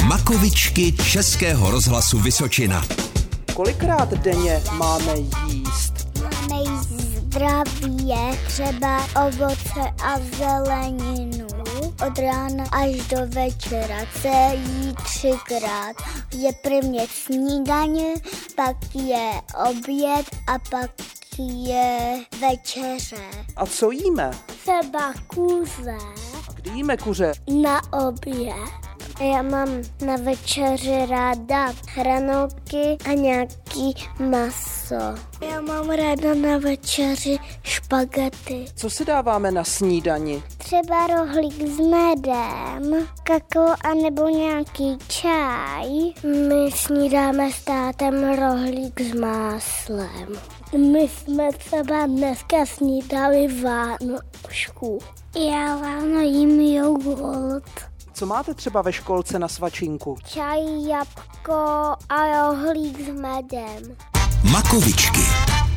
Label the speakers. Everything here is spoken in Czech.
Speaker 1: Šokovičky Českého rozhlasu Vysočina.
Speaker 2: Kolikrát denně máme jíst?
Speaker 3: Nejzdravě třeba ovoce a zeleninu od rána až do večera se jí třikrát. Je prvně snídaně, pak je oběd a pak je večeře.
Speaker 2: A co jíme?
Speaker 3: Třeba kuře
Speaker 2: A kdy jíme kuře?
Speaker 3: na oběd. Já mám na večeři ráda hranolky a nějaký maso. Já mám ráda na večeři špagety.
Speaker 2: Co si dáváme na snídani?
Speaker 3: Třeba rohlík s medem, kakao a nebo nějaký čaj. My snídáme s tátem rohlík s máslem. My jsme třeba dneska snídali vánošku. Já ráno jím jogurt.
Speaker 2: Co máte třeba ve školce na svačinku?
Speaker 3: Čaj, jabko a rohlík s medem.
Speaker 1: Makovičky.